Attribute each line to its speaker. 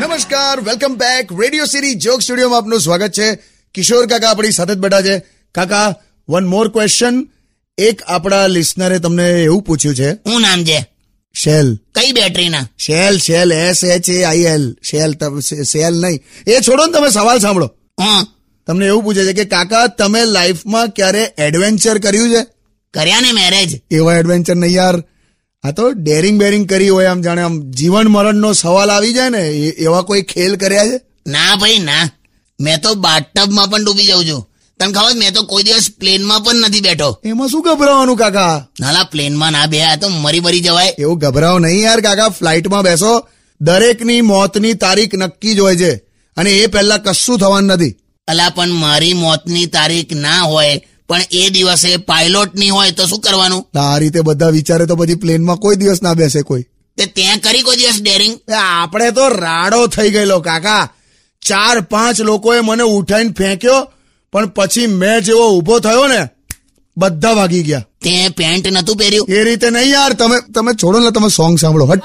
Speaker 1: નમસ્કાર welcome back Radio City joke સ્ટુડિયોમાં આપનું સ્વાગત છે કિશોર કાકા આપણી સાથે જ બેઠા છે કાકા વન મોર ક્વેશ્ચન એક આપણા લિસનરે તમને એવું પૂછ્યું છે
Speaker 2: હું નામ છે
Speaker 1: શેલ
Speaker 2: કઈ બેટરીના
Speaker 1: Shell Shell S H A I L Shell તમે- શેલ નહીં એ છોડો ને તમે સવાલ સાંભળો
Speaker 2: હં
Speaker 1: તમને એવું પૂછે છે કે કાકા તમે લાઈફમાં ક્યારે એડવેન્ચર કર્યું છે
Speaker 2: કર્યા ને મેરેજ
Speaker 1: એવા એડવેન્ચર નહીં યાર આ તો ડેરિંગ બેરિંગ કરી હોય આમ જાણે આમ જીવન મરણનો સવાલ આવી જાય ને એ- એવા કોઈ ખેલ કર્યા છે
Speaker 2: ના ભાઈ ના મેં તો બાથટબમાં પણ ડૂબી જાઉં છું તને ખબર મેં તો કોઈ દિવસ પ્લેનમાં પણ નથી બેઠો
Speaker 1: એમાં શું ગભરાવાનું કાકા
Speaker 2: નાલા પ્લેનમાં ના બે આ તો મરી મરી જવાય
Speaker 1: એવું ગભરાઓ નહીં યાર કાકા ફ્લાઇટમાં બેસો દરેકની મોતની તારીખ નક્કી જ હોય છે અને એ પહેલા કશું થવાનું નથી
Speaker 2: અલા પણ મારી મોતની તારીખ ના હોય પણ એ દિવસે પાયલોટની હોય તો શું કરવાનું
Speaker 1: તો આ રીતે બધા વિચારે તો પછી પ્લેનમાં કોઈ દિવસ ના બેસે કોઈ
Speaker 2: તે ત્યાં કરી કોઈ દિવસ ડેરિંગ
Speaker 1: એ આપણે તો રાડો થઈ ગયેલો કાકા ચાર પાંચ લોકોએ મને ઉઠાઈને ફેંક્યો પણ પછી મેં જેવો ઊભો થયો ને બધા વાગી ગયા
Speaker 2: તે પેન્ટ નતું પહેર્યું
Speaker 1: એ રીતે નહીં યાર તમે તમે છોડો ને તમે સોંગ સાંભળો હટ